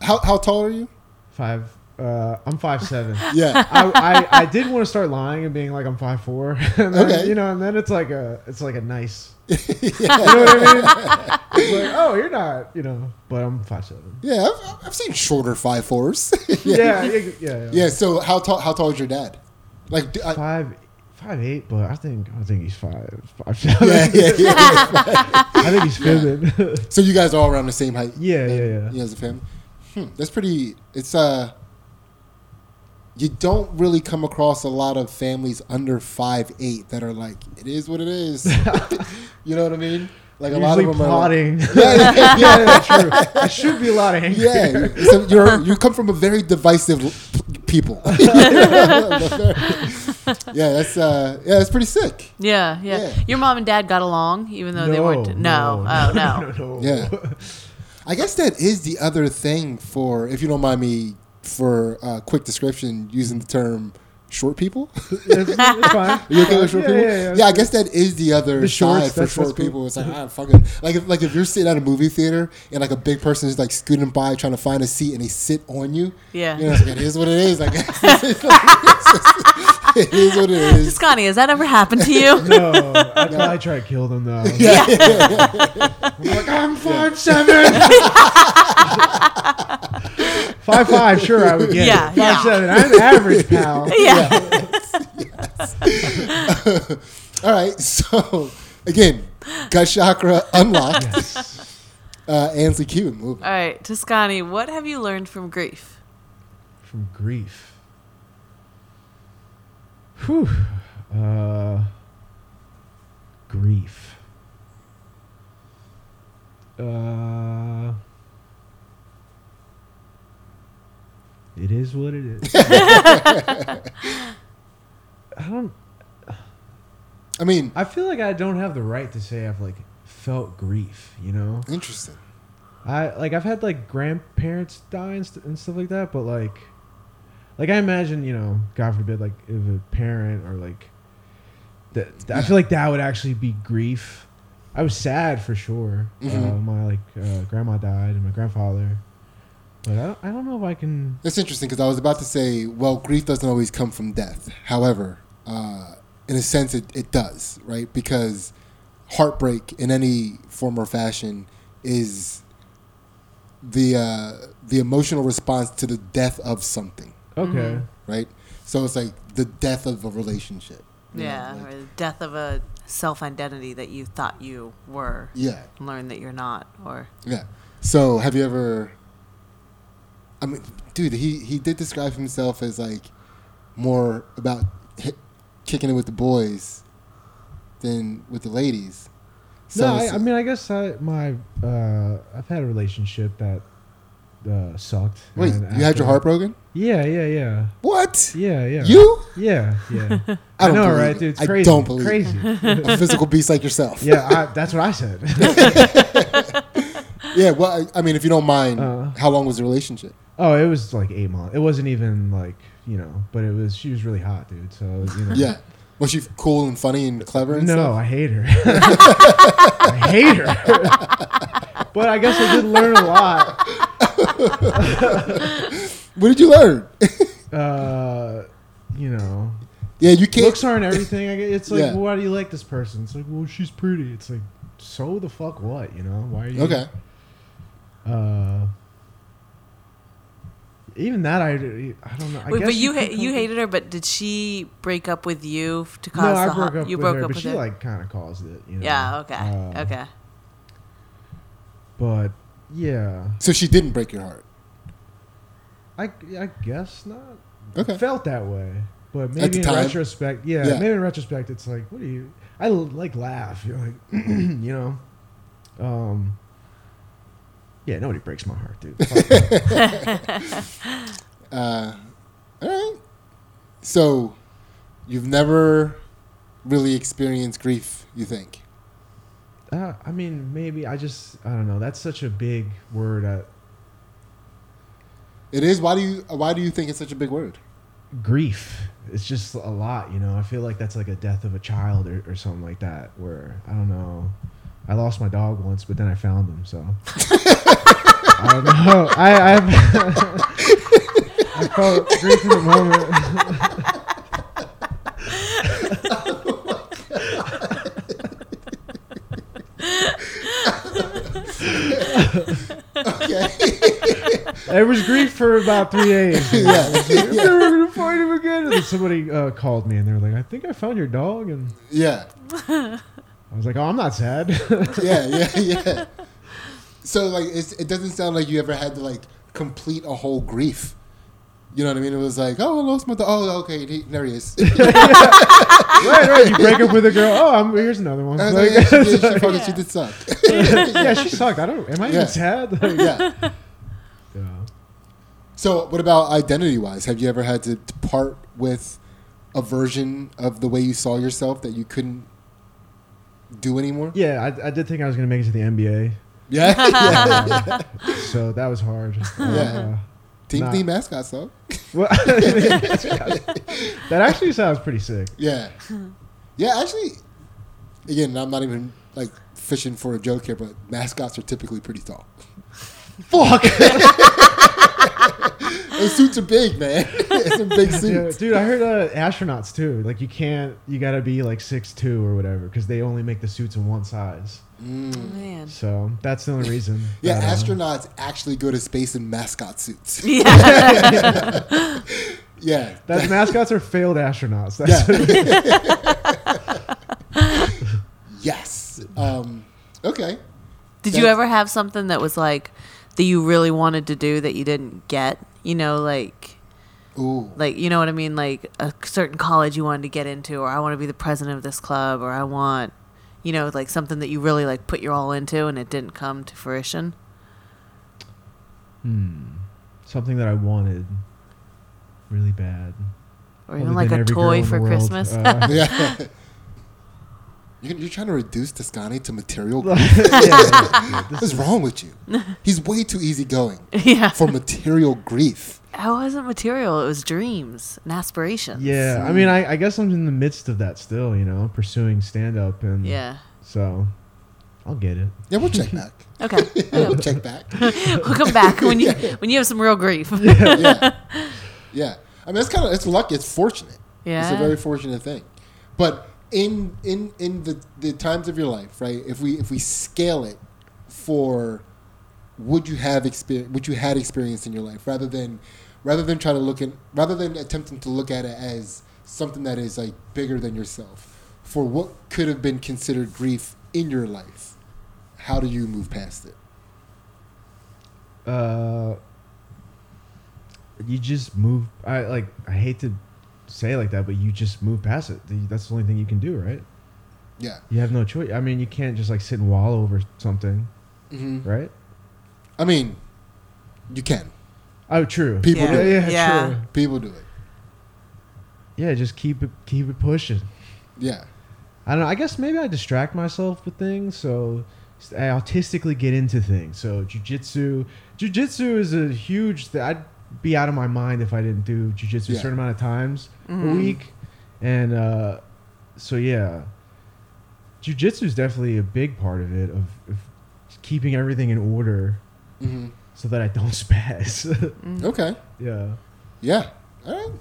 how how tall are you?
Five. Uh, I'm five seven.
Yeah.
I, I, I did want to start lying and being like I'm five four. And then,
Okay.
You know, and then it's like a it's like a nice.
yeah.
You know what I mean? it's like oh, you're not. You know, but I'm five seven.
Yeah, I've, I've seen shorter five fours. yeah.
Yeah. Yeah. Yeah.
Yeah. So how tall? How tall is your dad? Like, do- I,
Five. Five eight, but I think I think he's five five seven.
yeah, yeah, yeah.
I think he's fibbing.
So you guys are all around the same height.
Yeah,
then,
yeah, yeah.
You guys a family. Hmm, that's pretty. It's uh. You don't really come across a lot of families under five eight that are like, it is what it is. you know what I mean? Like a lot of
Usually
them are.
plotting.
Yeah, yeah, yeah.
yeah, that's true. There should be a lot of anger.
Yeah, so you're you come from a very divisive l- people. yeah, that's uh, yeah, that's pretty sick.
Yeah, yeah,
Yeah.
Your mom and dad got along, even though they weren't. No, oh no.
no,
Yeah. I guess that is the other thing for, if you don't mind me, for a quick description using the term short people.
it's, it's fine.
You okay with short
yeah,
people?
Yeah, yeah.
I guess that is the other
The shorts,
side for
that's-
short
that's cool.
people. It's like, ah, fucking. Like if, like, if you're sitting at a movie theater and like a big person is like scooting by trying to find a seat and they sit on you.
Yeah.
You know, it's like, it is what it is. I guess. it is what it is.
Scotty, has that ever happened to you?
No, I probably try to kill them though.
Yeah.
I'm like, I'm five seven. five five, sure I would get.
Yeah,
it. five
yeah.
seven. I'm average, pal.
yeah.
All right. So, again, gut chakra unlocked. Uh, Ansley Cuban movie.
All right, Toscani, what have you learned from grief?
From grief. Whew. Uh, grief. Uh, it is what it is. I don't.
I mean,
I feel like I don't have the right to say I've like felt grief. You know,
interesting.
I like I've had like grandparents die and, st- and stuff like that, but like, like I imagine you know, God forbid, like if a parent or like, that I feel like that would actually be grief. I was sad for sure.
Mm-hmm.
Uh, my like uh, grandma died and my grandfather, but I don't, I don't know if I can.
That's interesting because I was about to say, well, grief doesn't always come from death. However, uh, in a sense, it, it does, right? Because heartbreak in any form or fashion is the uh, the emotional response to the death of something,
Okay,
right? So it's like the death of a relationship. you know,
Yeah,
like-
or the death of a self identity that you thought you were,
yeah.
and learn that you're not, or
Yeah. So have you ever? I mean, dude, he he did describe himself as like more about hi kicking it with the boys than with the ladies. So
no, I,
it's-
I mean I guess I my uh, I've had a relationship that uh, sucked.
wait,
and
you had your
after-
heart broken?
Yeah, yeah, yeah,
What?
yeah, yeah.
You?
Yeah, yeah.
I don't
know,
believe
right,
it.
dude? It's
I
crazy.
don't believe
crazy.
A physical beast like yourself?
yeah, I, that's what I said.
Yeah. Well, I, I mean, if you don't mind,
Uh.
how long was the relationship?
oh, it was like eight months. It wasn't even like you know, but it was. She was really hot, dude. So it was, you know.
Yeah. Was she cool and funny and clever and
No,
stuff?
I hate her. I hate her. but I guess I did learn a lot.
What did you learn?
Uh, you know,
yeah, you can't.
looks aren't everything. I guess. It's like,
Yeah.
why do you like this person? It's like, well, she's pretty. It's like, so the fuck what? You know, why are you?
okay.
Uh, even that, I, I don't know. I
Wait,
guess
but you
could
ha- you
come-
hated her, but did she break up with you f- to
No,
cause
I
the ho-
broke up
you
with
broke
her,
up
but
with
she
her?
like kind of caused it. You know?
yeah, okay,
Uh,
okay.
But yeah,
So she didn't break your heart.
I I guess not.
Okay.
Felt that way, but maybe
the
in
time?
retrospect, yeah,
Yeah.
maybe in retrospect, it's like, what do you? I l- like laugh. You're like, you know, um. Yeah, nobody breaks my heart, dude. Fuck that.
Uh, all right. So, you've never really experienced grief, you think?
uh, I mean, maybe I just I don't know. That's such a big word. Uh,
It is. Why do you Why do you think it's such a big word?
grief it's just a lot you know i feel like that's like a death of a child or, or something like that where i don't know i I lost my dog once, but then I found him. So I don't know. I I've, I felt grief in the moment. It was grief for about three days. Yeah. We're gonna find him again. And then somebody uh, called me and they were like, "I think I found your dog," and
yeah,
I was like, "Oh, I'm not sad."
yeah, yeah, yeah. So like, it's, it doesn't sound like you ever had to like complete a whole grief. You know what I mean? It was like, oh, I lost my dog. Oh, okay, he, there he is.
right, right. You break up with a girl. Oh, I'm, here's another one.
I was
Like,
like, yeah, she, did, she,
it's
fucking,
like-
she did suck.
yeah, she sucked. I don't. Am I
Yeah.
even sad? Like,
yeah.
yeah.
So, what about identity wise? Have you ever had to, to part with a version of the way you saw yourself that you couldn't do anymore?
Yeah, I, I did think I was gonna make it to the NBA,
Yeah. yeah.
so that was hard.
Yeah. Team
Nah.
D mascots, though.
well, that actually sounds pretty sick.
Yeah. Yeah, actually, again, I'm not even like fishing for a joke here, but mascots are typically pretty tall.
Fuck,
Those suits are big, man. it's a big
dude,
suit.
dude, I heard uh, astronauts too. Like you can't, you gotta be like six two or whatever, because they only make the suits in one size.
Man.
So that's the only reason.
Yeah,
that, uh,
astronauts actually go to space in mascot suits.
Yeah.
Yeah.
That mascots are failed astronauts. That's
Yeah. yes. Um, okay.
Did you
That's-
ever have something that was like that you really wanted to do that you didn't get? You know, like
Ooh.
like you know what I mean, like a certain college you wanted to get into or I want to be the president of this club or I want you know, like something that you really like put your all into and it didn't come to fruition.
something that I wanted really bad.
Or
Other
even like
than
a
every girl in
toy
the
for
world.
Christmas.
Uh,
Yeah. You're, you're trying to reduce Toscani to material.
yeah,
What
yeah, this
is wrong with you? He's way too easygoing
yeah.
for material grief.
I wasn't material, it was dreams and aspirations.
Yeah, I mean, I, I guess I'm in the midst of that still, you know, pursuing stand up. and
Yeah.
So I'll get it.
Yeah, we'll check back.
Okay.
we'll check back.
we'll come back when you when you have some real grief.
Yeah. Yeah. I mean, it's kind of it's lucky. It's fortunate. It's
Yeah.
a very fortunate thing. But in in in the the times of your life, right? If we if we scale it for would you have experience would you had experience in your life rather than rather than trying to look in rather than attempting to look at it as something that is like bigger than yourself for what could have been considered grief in your life how do you move past it
Uh, you just move. I like. I hate to say it like that, but you just move past it. The- That's the only thing you can do, right?
yeah
You have no choice. I mean, you can't just like sit and wallow over something,
Mhm.
right?
i mean you can
Oh, true.
People
yeah,
do.
yeah,
Yeah.
true.
people do it
Yeah, just keep it, keep it pushing.
yeah
I don't know. I guess maybe I distract myself with things, so I autistically get into things. So jujitsu, jujitsu is a huge. Th- I'd be out of my mind if I didn't do jujitsu
Yeah.
a certain amount of times
Mm-hmm.
a week, and uh, so yeah, jujitsu is definitely a big part of it of, of keeping everything in order
Mm-hmm.
hmm
so that I don't spaz.
okay
yeah,
Yeah. All right.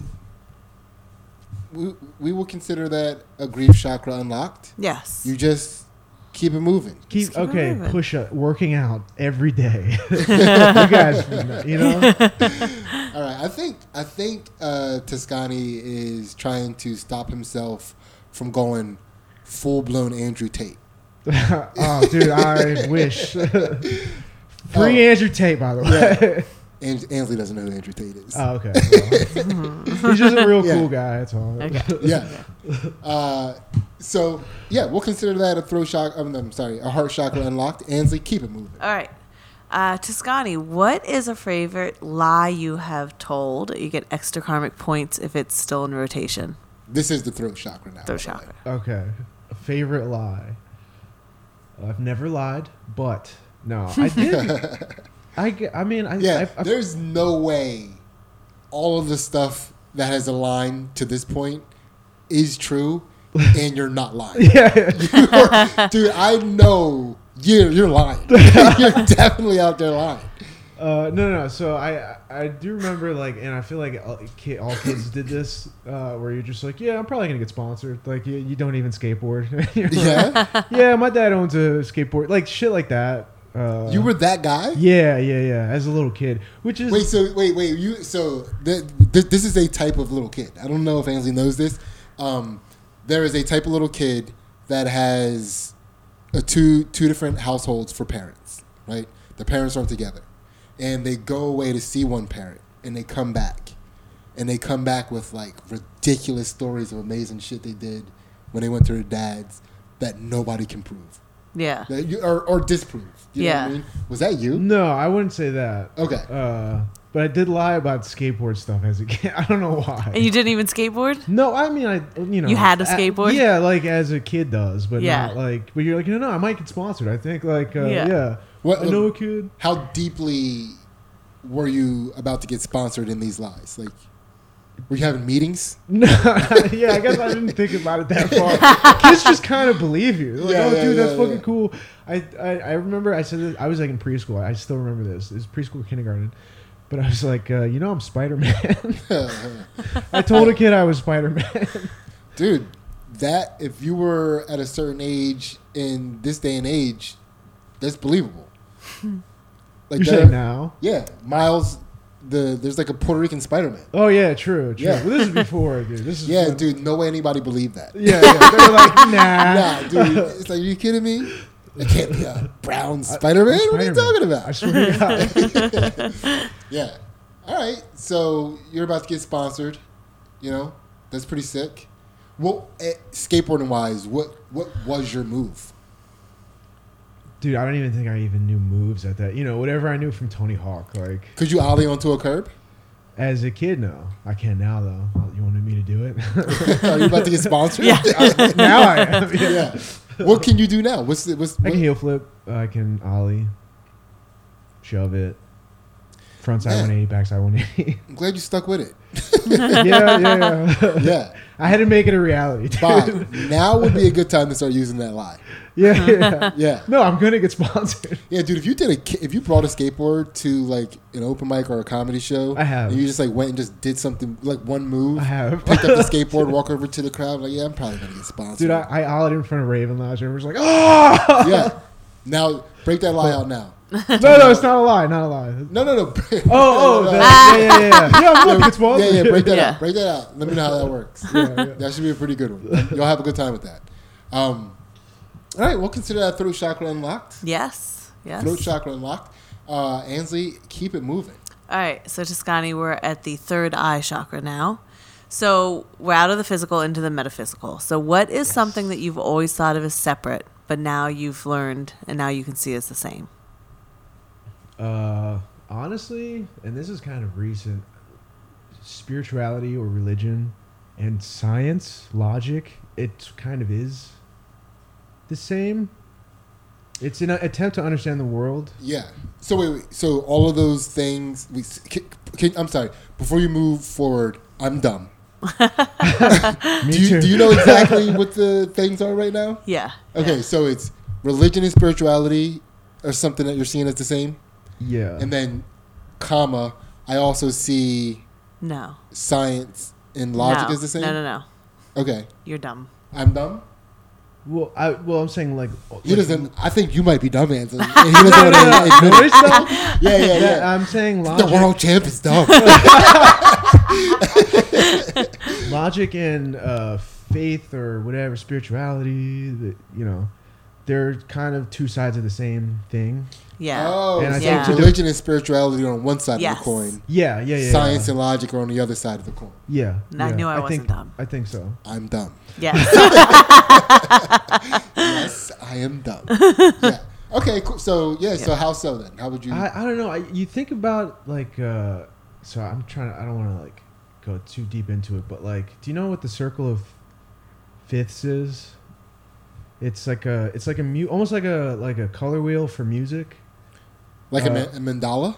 We, we will consider that a grief chakra unlocked.
Yes.
You just keep it moving.
keep
keep,
it
okay.
moving.
Push up, working out every day. you guys, you know.
All right. I think I think uh, Toscani is trying to stop himself from going full blown Andrew Tate.
oh, dude, I wish. Free
Oh.
Andrew Tate, by the way.
Yeah. An- Ansley doesn't know who Andrew Tate is.
Oh, okay. well. He's just a real
Yeah.
cool guy. That's all.
Okay.
yeah. Uh, so yeah, we'll consider that a throat shock. I'm, I'm sorry, a heart chakra unlocked. Ansley, keep it moving.
All right. Uh, Toscani, what is a favorite lie you have told? You get extra karmic points if it's still in rotation.
This is the throat chakra now.
Throat
by the way.
chakra.
Okay. Favorite lie. I've never lied, but no, I did. I, g- I mean, I,
Yeah,
I, I-
there's no way all of the stuff that has aligned to this point is true, and you're not lying.
yeah,
You are- dude, I know You're you're lying. you're definitely out there lying.
Uh, no, no, no. So I, I do remember like, and I feel like all, ki- all kids did this, uh, where you're just like, yeah, I'm probably gonna get sponsored. Like, you, you don't even skateboard. You're like,
Yeah,
yeah, my dad owns a skateboard, like shit like that. Uh,
you were that guy.
Yeah, yeah, yeah. As a little kid, which is
Wait, so wait, wait. You so th- th- this is a type of little kid. I don't know if Ansley knows this. Um, there is a type of little kid that has a two two different households for parents. Right, the parents aren't together, and they go away to see one parent, and they come back, and they come back with like ridiculous stories of amazing shit they did when they went to their dad's that nobody can prove
Yeah.
that you or, or disprove. You know
Yeah.
what I mean? Was that you?
no, I wouldn't say that.
Okay.
Uh, but I did lie about skateboard stuff as a kid. I don't know why.
And you didn't even skateboard?
No, I mean, I you know,
You had a
a-
skateboard?
yeah, like as a kid does, but
Yeah.
not like. But you're like, no, no, I might get sponsored. I think, like, uh,
Yeah.
yeah.
What-
I know a kid.
how deeply were you about to get sponsored in these lies? Like, were you having meetings?
No, yeah, I guess I didn't think about it that far. Kids just kind of believe you. They're like,
Yeah,
oh,
yeah,
dude, that's
yeah,
fucking
yeah.
cool. I, I, I remember I said this, I was like in preschool. I still remember this. It was preschool, kindergarten. But I was like, uh, you know, I'm Spider Man. I told a kid I was Spider Man.
Dude, that if you were at a certain age in this day and age, that's believable. Like
you say now?
Yeah, Miles. The there's like a Puerto Rican Spider Man.
Oh yeah, true, true.
Yeah.
Well, this is before, dude. This is
Yeah,
when-
dude, no way anybody believed that.
Yeah, yeah. They were like, nah.
Nah, dude, it's like, are you kidding me? It can't be a brown Spider Man. What are you
Spider-Man.
talking about?
I swear to God.
Yeah. All right. So you're about to get sponsored. You know, that's pretty sick. Well, eh, skateboarding wise, what what was your move?
Dude, I don't even think I even knew moves at that. You know, whatever I knew from Tony Hawk, like
Could you ollie onto a curb?
as a kid, no. I can now though. Oh, You wanted me to do it?
Are you about to get sponsored?
Yeah.
now I am. Yeah.
yeah. What can you do now? What's the, what's
I
what,
can heel flip. I can ollie. Shove it. Front side
Yeah.
180, back side 180.
I'm glad you stuck with it.
yeah, yeah, yeah.
Yeah.
I had to make it a reality. dude.
Fine. now would be a good time to start using that lie.
Yeah, yeah.
Yeah.
No, I'm gonna get sponsored.
Yeah, dude. If you did a ki- if you brought a skateboard to like an open mic or a comedy show,
I have.
And you just like went and just did something like one move.
I have.
picked up the skateboard, walk over to the crowd, like, yeah, I'm probably gonna get sponsored.
Dude, I, I ollied in front of Raven Lodge and everyone's like, oh!
yeah. Now break that lie out now.
No, no, it's not a lie, not a lie.
No, no, no.
Oh, oh,
No, no,
the-
no.
yeah, yeah, yeah. Yeah, Yeah, look, it's
yeah,
Walter.
yeah. Break that
Yeah.
out. Break that out. Let me know how that works.
Yeah, yeah.
That should be a pretty good one. You'll have a good time with that. Um, all right, we'll consider that throat chakra unlocked.
Yes. Yes.
Throat chakra unlocked. Uh, Ansley, keep it moving.
All right, so Toscani, we're at the third eye chakra now. So we're out of the physical into the metaphysical. So, what is something that you've always thought of as separate, but now you've learned and now you can see as the same?
Uh, honestly, and this is kind of recent, spirituality or religion and science, logic, it kind of is the same. It's an attempt to understand the world.
Yeah. So wait, wait. So all of those things. We. Can, can, I'm sorry. Before you move forward, I'm dumb.
Me
Do you,
too.
do you know exactly what the things are right now?
Yeah.
Okay, so it's religion and spirituality or something that you're seeing as the same,
yeah.
and then comma. I also see
No.
science and logic
no.
as the same.
No, no, no.
Okay,
You're dumb.
I'm dumb.
well, I, well, I'm saying like,
He
like-
doesn't. I think you might be dumb, Anthony. And he doesn't want
No, no,
to
no,
admit it.
it's not-
Yeah, yeah,
that-
yeah.
I'm saying
The
uh, logic,
world champ is dumb.
logic and uh, faith or whatever spirituality. That, you know, they're kind of two sides of the same thing.
Yeah.
Oh,
And I
so
think to do-
religion and spirituality are on one side of
Yes.
the coin.
Yeah, yeah, yeah.
Science
yeah.
and logic are on the other side of the coin.
yeah,
And I
yeah.
knew I wasn't
think,
dumb.
I think so.
I'm dumb.
Yes.
Yes, I am dumb. yeah. Okay. Cool. So yeah. So how so then? How would you?
I, I don't know. I, you think about like, uh, so I'm trying. to I don't want to like go too deep into it, but like, do you know what the circle of fifths is? It's like a, it's like a mu- almost like a like a color wheel for music.
like a,
uh,
ma- a mandala.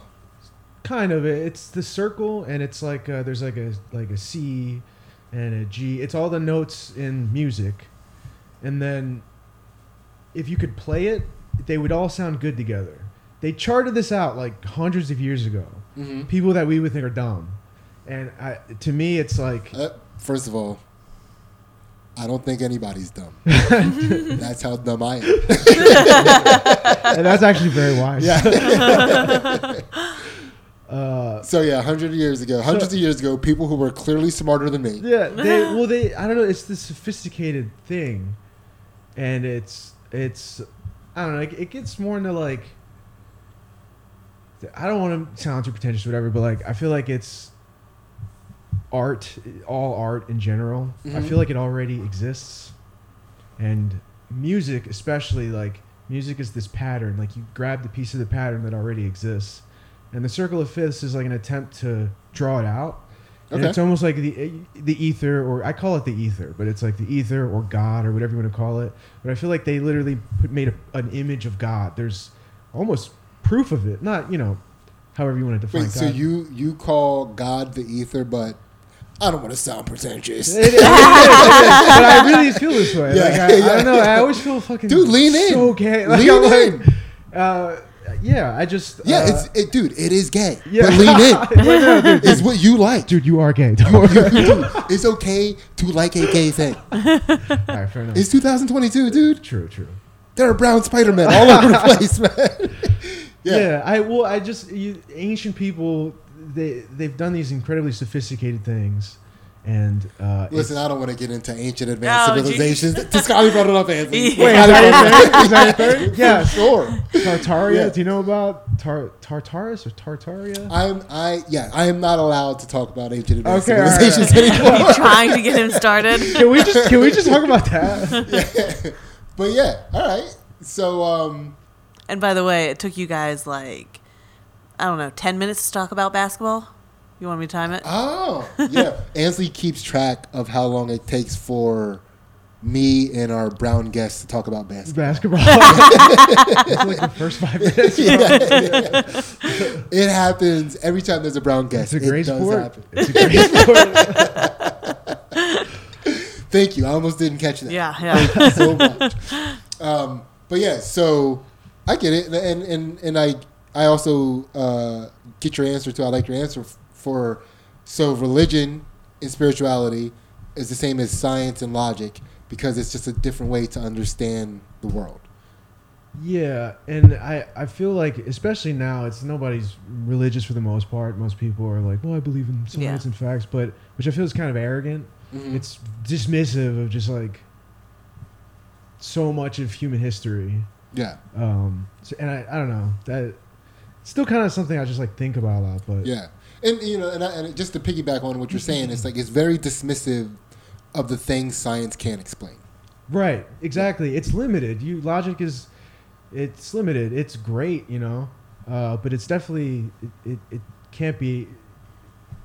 Kind of. It's the circle, and it's like uh there's like a like a C and a G. It's all the notes in music, and then if you could play it, that they would all sound good together. They charted this out like hundreds of years ago. People that we would think are dumb, and I, to me, it's like
Uh, first of all, I don't think anybody's dumb. That's how dumb I am.
and that's actually very wise.
Yeah.
Uh,
So yeah, hundred years ago, hundreds
So-
of years ago, people who were clearly smarter than me.
Yeah, they well they I don't know, it's this sophisticated thing. And it's it's I don't know, it, it gets more into like I don't want to sound too pretentious or whatever, but like I feel like it's art all art in general. I
Mhm.
feel like it already exists. And music especially like music is this pattern like you grab the piece of the pattern that already exists and the circle of fifths is like an attempt to draw it out and
Okay.
it's almost like the eh, the ether, or I call it the ether, but it's like the ether or God or whatever you want to call it. But I feel like they literally put, made a, an image of God. There's almost proof of it. Not you know, however you want to define
Wait,
God.
so you you call God the ether, but I don't want to sound pretentious.
It is- it is. but I really feel this way.
Yeah,
like, I, I
yeah.
don't know. I always feel fucking
Dude, lean in.
So gay. Like,
Lean
I'm like,
in.
uh, yeah, I just
Yeah,
uh,
it's it, dude. It is gay.
Yeah.
But lean in. it's what you like.
dude. You are gay. Don't worry.
Dude, it's okay to like a gay thing.
All right, fair enough.
It's 2022, dude.
true, true.
There are brown Spider Men all over the place, man.
Yeah.
yeah.
I well, I just you, ancient people they they've done these incredibly sophisticated things, and uh, it's-
Listen, I don't want to get into ancient advanced
No, geez.
civilizations. Tiscali brought it up, Anthony.
Yeah. Wait,
is that a thing? Is that a thing?
yeah,
Yeah.
sure.
Tartaria.
Yeah.
Do you know about tar- Tartarus or Tartaria?
I'm I yeah, I am not allowed to talk about ancient advanced
Okay, all right,
civilizations anymore.
trying to get him started.
can we just can we just talk about that?
But yeah, all right. So um
And by the way, it took you guys like I don't know, ten minutes to talk about basketball. You want me to time it?
Uh,
oh yeah. Ansley keeps track of how long it takes for me and our brown guests to talk about basketball.
Basketball. it's like the first five minutes.
It happens every time there's a brown
It's
guest.
a great
it does
sport.
happen.
It's a great sport.
Thank you. I almost didn't catch that.
Yeah, yeah.
so much. Um, but yeah, so I get it, and and and I I also uh, get your answer too. I like your answer f- for so religion and spirituality is the same as science and logic because it's just a different way to understand the world.
Yeah, and I, I feel like especially now it's nobody's religious for the most part. Most people are like, well, I believe in science
Yeah.
and facts, but which I feel is kind of arrogant. It's dismissive of just like so much of human history.
Yeah,
Um, so, and I, I don't know that it's still kind of something I just like think about a lot. But
yeah, and you know, and, I, and just to piggyback on what you're saying, it's like it's very dismissive of the things science can't explain.
right, exactly. It's limited. You logic is it's limited. It's great, you know, uh, but it's definitely it, it, it can't be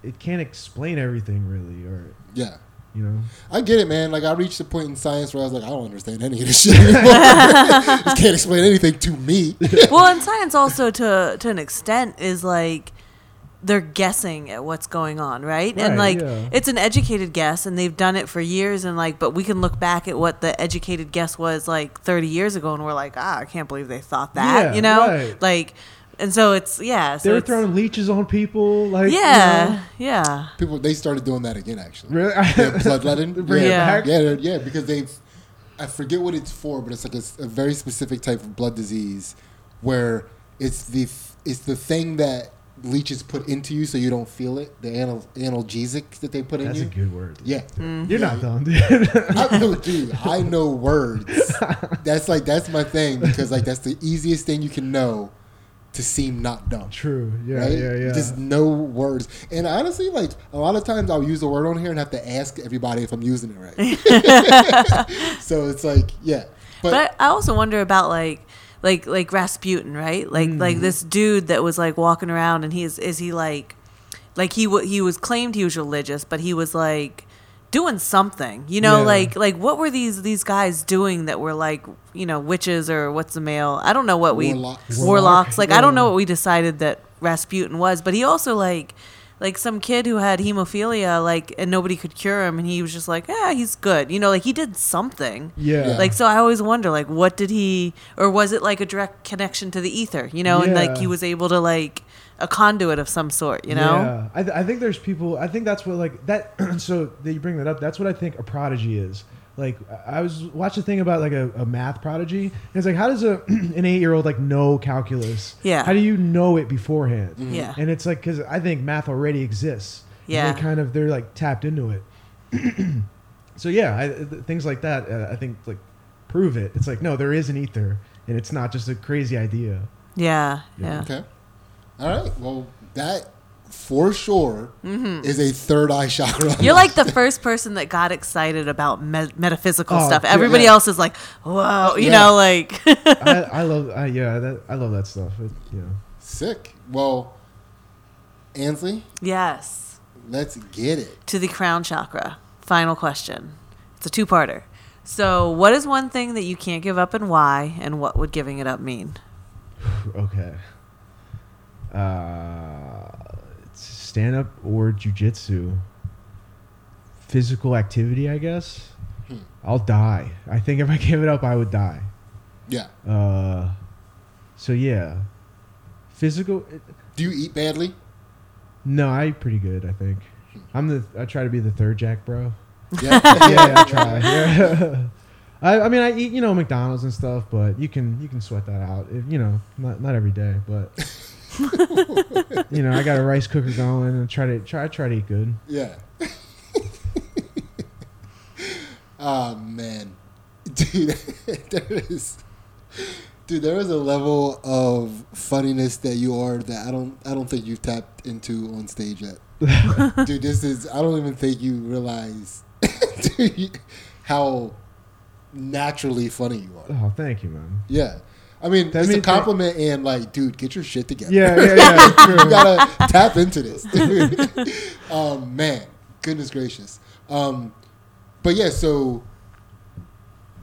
it can't explain everything really, or
Yeah.
you know.
I get it, man. Like I reached a point in science where I was like, I don't understand any of this shit anymore. this can't explain anything to me.
well, and science also to to an extent is like they're guessing at what's going on, right? and
Right,
like
yeah.
it's an educated guess and they've done it for years and like but we can look back at what the educated guess was like 30 years ago and we're like, "Ah, I can't believe they thought that."
Yeah,
you know?
right.
Like and so it's yeah, so
they were
it's-
throwing leeches on people, like you
Yeah.
know.
Yeah.
People they started doing that again, actually.
Really?
Yeah, bloodletting.
Bring
it
yeah.
back?
yeah, they're- yeah, because they've I forget what it's for, but it's like a, s- a very specific type of blood disease where it's the f- it's the thing that leeches put into you so you don't feel it. The anal- analgesic that they put
That's a
in you.
good word.
yeah.
You're not dumb, dude.
I know, dude. I know words. That's like that's my thing because like that's the easiest thing you can know to seem not dumb.
True. Yeah.
Right?
Yeah. Yeah.
Just know words. And honestly, like a lot of times I'll use a word on here and have to ask everybody if I'm using it right. so it's like, yeah. But,
But I also wonder about like like like Rasputin, right? Like like this dude that was like walking around and he's is he like like he wa he was claimed he was religious, but he was like doing something. You know,
Yeah.
like like what were these these guys doing that were like, you know, witches or what's the male? I don't know what we
Warlocks.
warlocks. Like I don't
Warlock,
know what we decided that Rasputin was, but he also like like some kid who had hemophilia, like, and nobody could cure him, and he was just like, yeah, he's good. You know, like he did something.
Yeah.
Like so, I always wonder, like, what did he, or was it like a direct connection to the ether? You know, and like
Yeah.
he was able to like a conduit of some sort. You know.
Yeah. I, th- I think there's people. I think that's what like that. so that you bring that up. That's what I think a prodigy is. Like I- I was watching a thing about like a, a math prodigy, and it's like, how does a an eight year old like know calculus?
Yeah. Mm-hmm.
How do you know it beforehand?
Yeah.
And it's like because I think math already exists. And
Yeah.
They kind of they're like tapped into it. so yeah, I, th- things like that. Uh, I think like prove it. It's like no, there is an ether, and it's not just a crazy idea.
Yeah. Yeah.
Okay. All right. Well, that for sure
Mm-hmm.
is a third eye chakra.
You're like the first person that got excited about me- metaphysical
Oh,
stuff.
yeah,
Everybody
yeah.
else is like, "Whoa," you
Yeah.
know, like
I, I love. I, yeah, that, I love that stuff. It, yeah.
sick. Well, Ansley,
yes.
let's get it.
To the crown chakra. Final question. It's a two-parter. So, what is one thing that you can't give up and why, and what would giving it up mean?
Okay. Uh, stand up or jujitsu. Physical activity, I guess. I'll die. I think if I gave it up, I would die.
Yeah.
Uh, so yeah, physical. uh,
Do you eat badly?
No, I eat pretty good. I think. I'm the. I try to be the third Jack, bro.
Yeah.
yeah, I try. Yeah. I, I mean, I eat you know McDonald's and stuff, but you can you can sweat that out. If, you know, not not every day, but you know, I got a rice cooker going and try to try try to eat good.
Yeah. oh man, dude, there is, dude, there is a level of funniness that you are that I don't, I don't think you've tapped into on stage yet. dude, this is, I don't even think you realize dude, you- how naturally funny you are.
Oh, thank you, man.
Yeah. I mean,
That
it's a
means that-
compliment and like, dude, get your shit together
Yeah, yeah, yeah.
you gotta tap into this. oh man, goodness gracious. Um, but yeah, so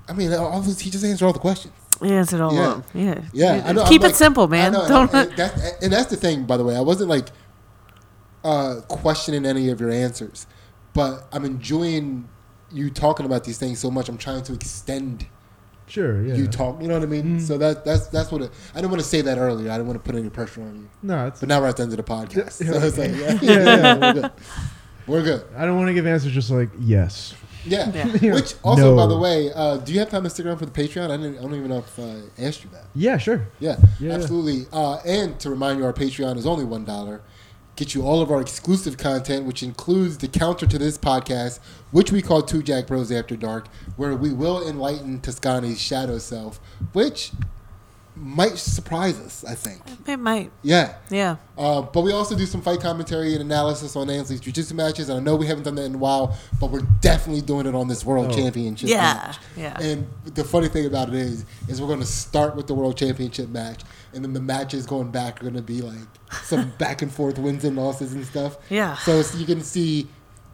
I mean, all this, he just answered all the questions.
You answered all
Yeah.
of them. Yeah.
Yeah, I know,
Keep
I'm
it
like-
simple,
I
man.
know, and
Don't.
I- and that's, and that's the thing, by the way. I wasn't like uh, questioning any of your answers, but I'm enjoying you talking about these things so much. I'm trying to extend
Sure, yeah.
you talk. You know what I
Mm.
mean? So that that's that's what it, I didn't want to say that earlier. I didn't want to put any pressure on you.
No, it's,
But now we're at the end of the podcast. So
Yeah.
it's like, yeah,
Yeah,
we're good. We're good.
I don't want to give answers just like yes.
Yeah.
Yeah.
Which also,
No.
by the way, uh, do you have time to stick around for the Patreon? I didn't. I don't even know if I asked you that.
Yeah, sure.
Yeah.
Yeah.
Absolutely. Uh, and to remind you, our Patreon is only one dollar. Get you all of our exclusive content, which includes the counter to this podcast, which we call Two Jack Bros After Dark, where we will enlighten Toscani's shadow self, which might surprise us. I think.
It might.
Yeah.
Yeah.
Uh, but we also do some fight commentary and analysis on Ansley's jiu-jitsu matches, and I know we haven't done that in a while, but we're definitely doing it on this world
Oh.
championship.
Yeah,
match.
yeah.
And the funny thing about it is, is we're going to start with the world championship match, and then the matches going back are going to be like some back and forth wins and losses and stuff.
Yeah.
So, it's you can see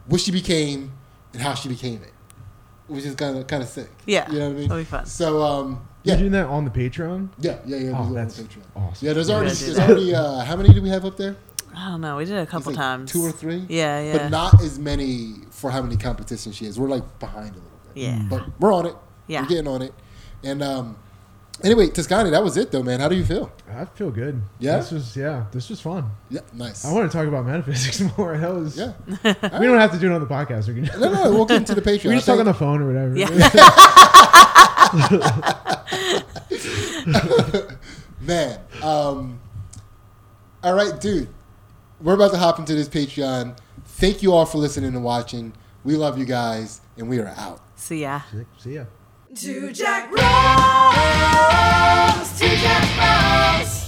what she became and how she became it, which is kind of kind of sick.
Yeah,
You know what I mean?
that'll be fun.
So um,
You're
yeah.
doing that on the Patreon?
Yeah, yeah, yeah.
Oh,
there's a-
that's
Patreon.
awesome.
Yeah, there's already,
gotta do
there's
that.
already uh, how many do we have up there?
I don't know. We did it a
It's
couple
like
times.
Two or three?
Yeah. Yeah.
But not as many for how many competitions she is. We're like behind a little bit.
Yeah.
But we're on it.
Yeah.
We're getting on it. And um anyway, Toscani, that was it though, man. How do you feel?
I feel good.
Yeah?
This was yeah, this was fun.
Yeah, nice.
I want to talk about metaphysics more. That was
yeah.
We don't have to do it on the podcast. We can
No, no, we'll get into the Patreon.
We just
I
talk on
think-
the phone or whatever.
Yeah.
Man. Um All right, dude. We're about to hop into this Patreon. Thank you all for listening and watching. We love you guys, and we are out.
See ya.
See ya.
Two Jack Bros. Two Jack Bros.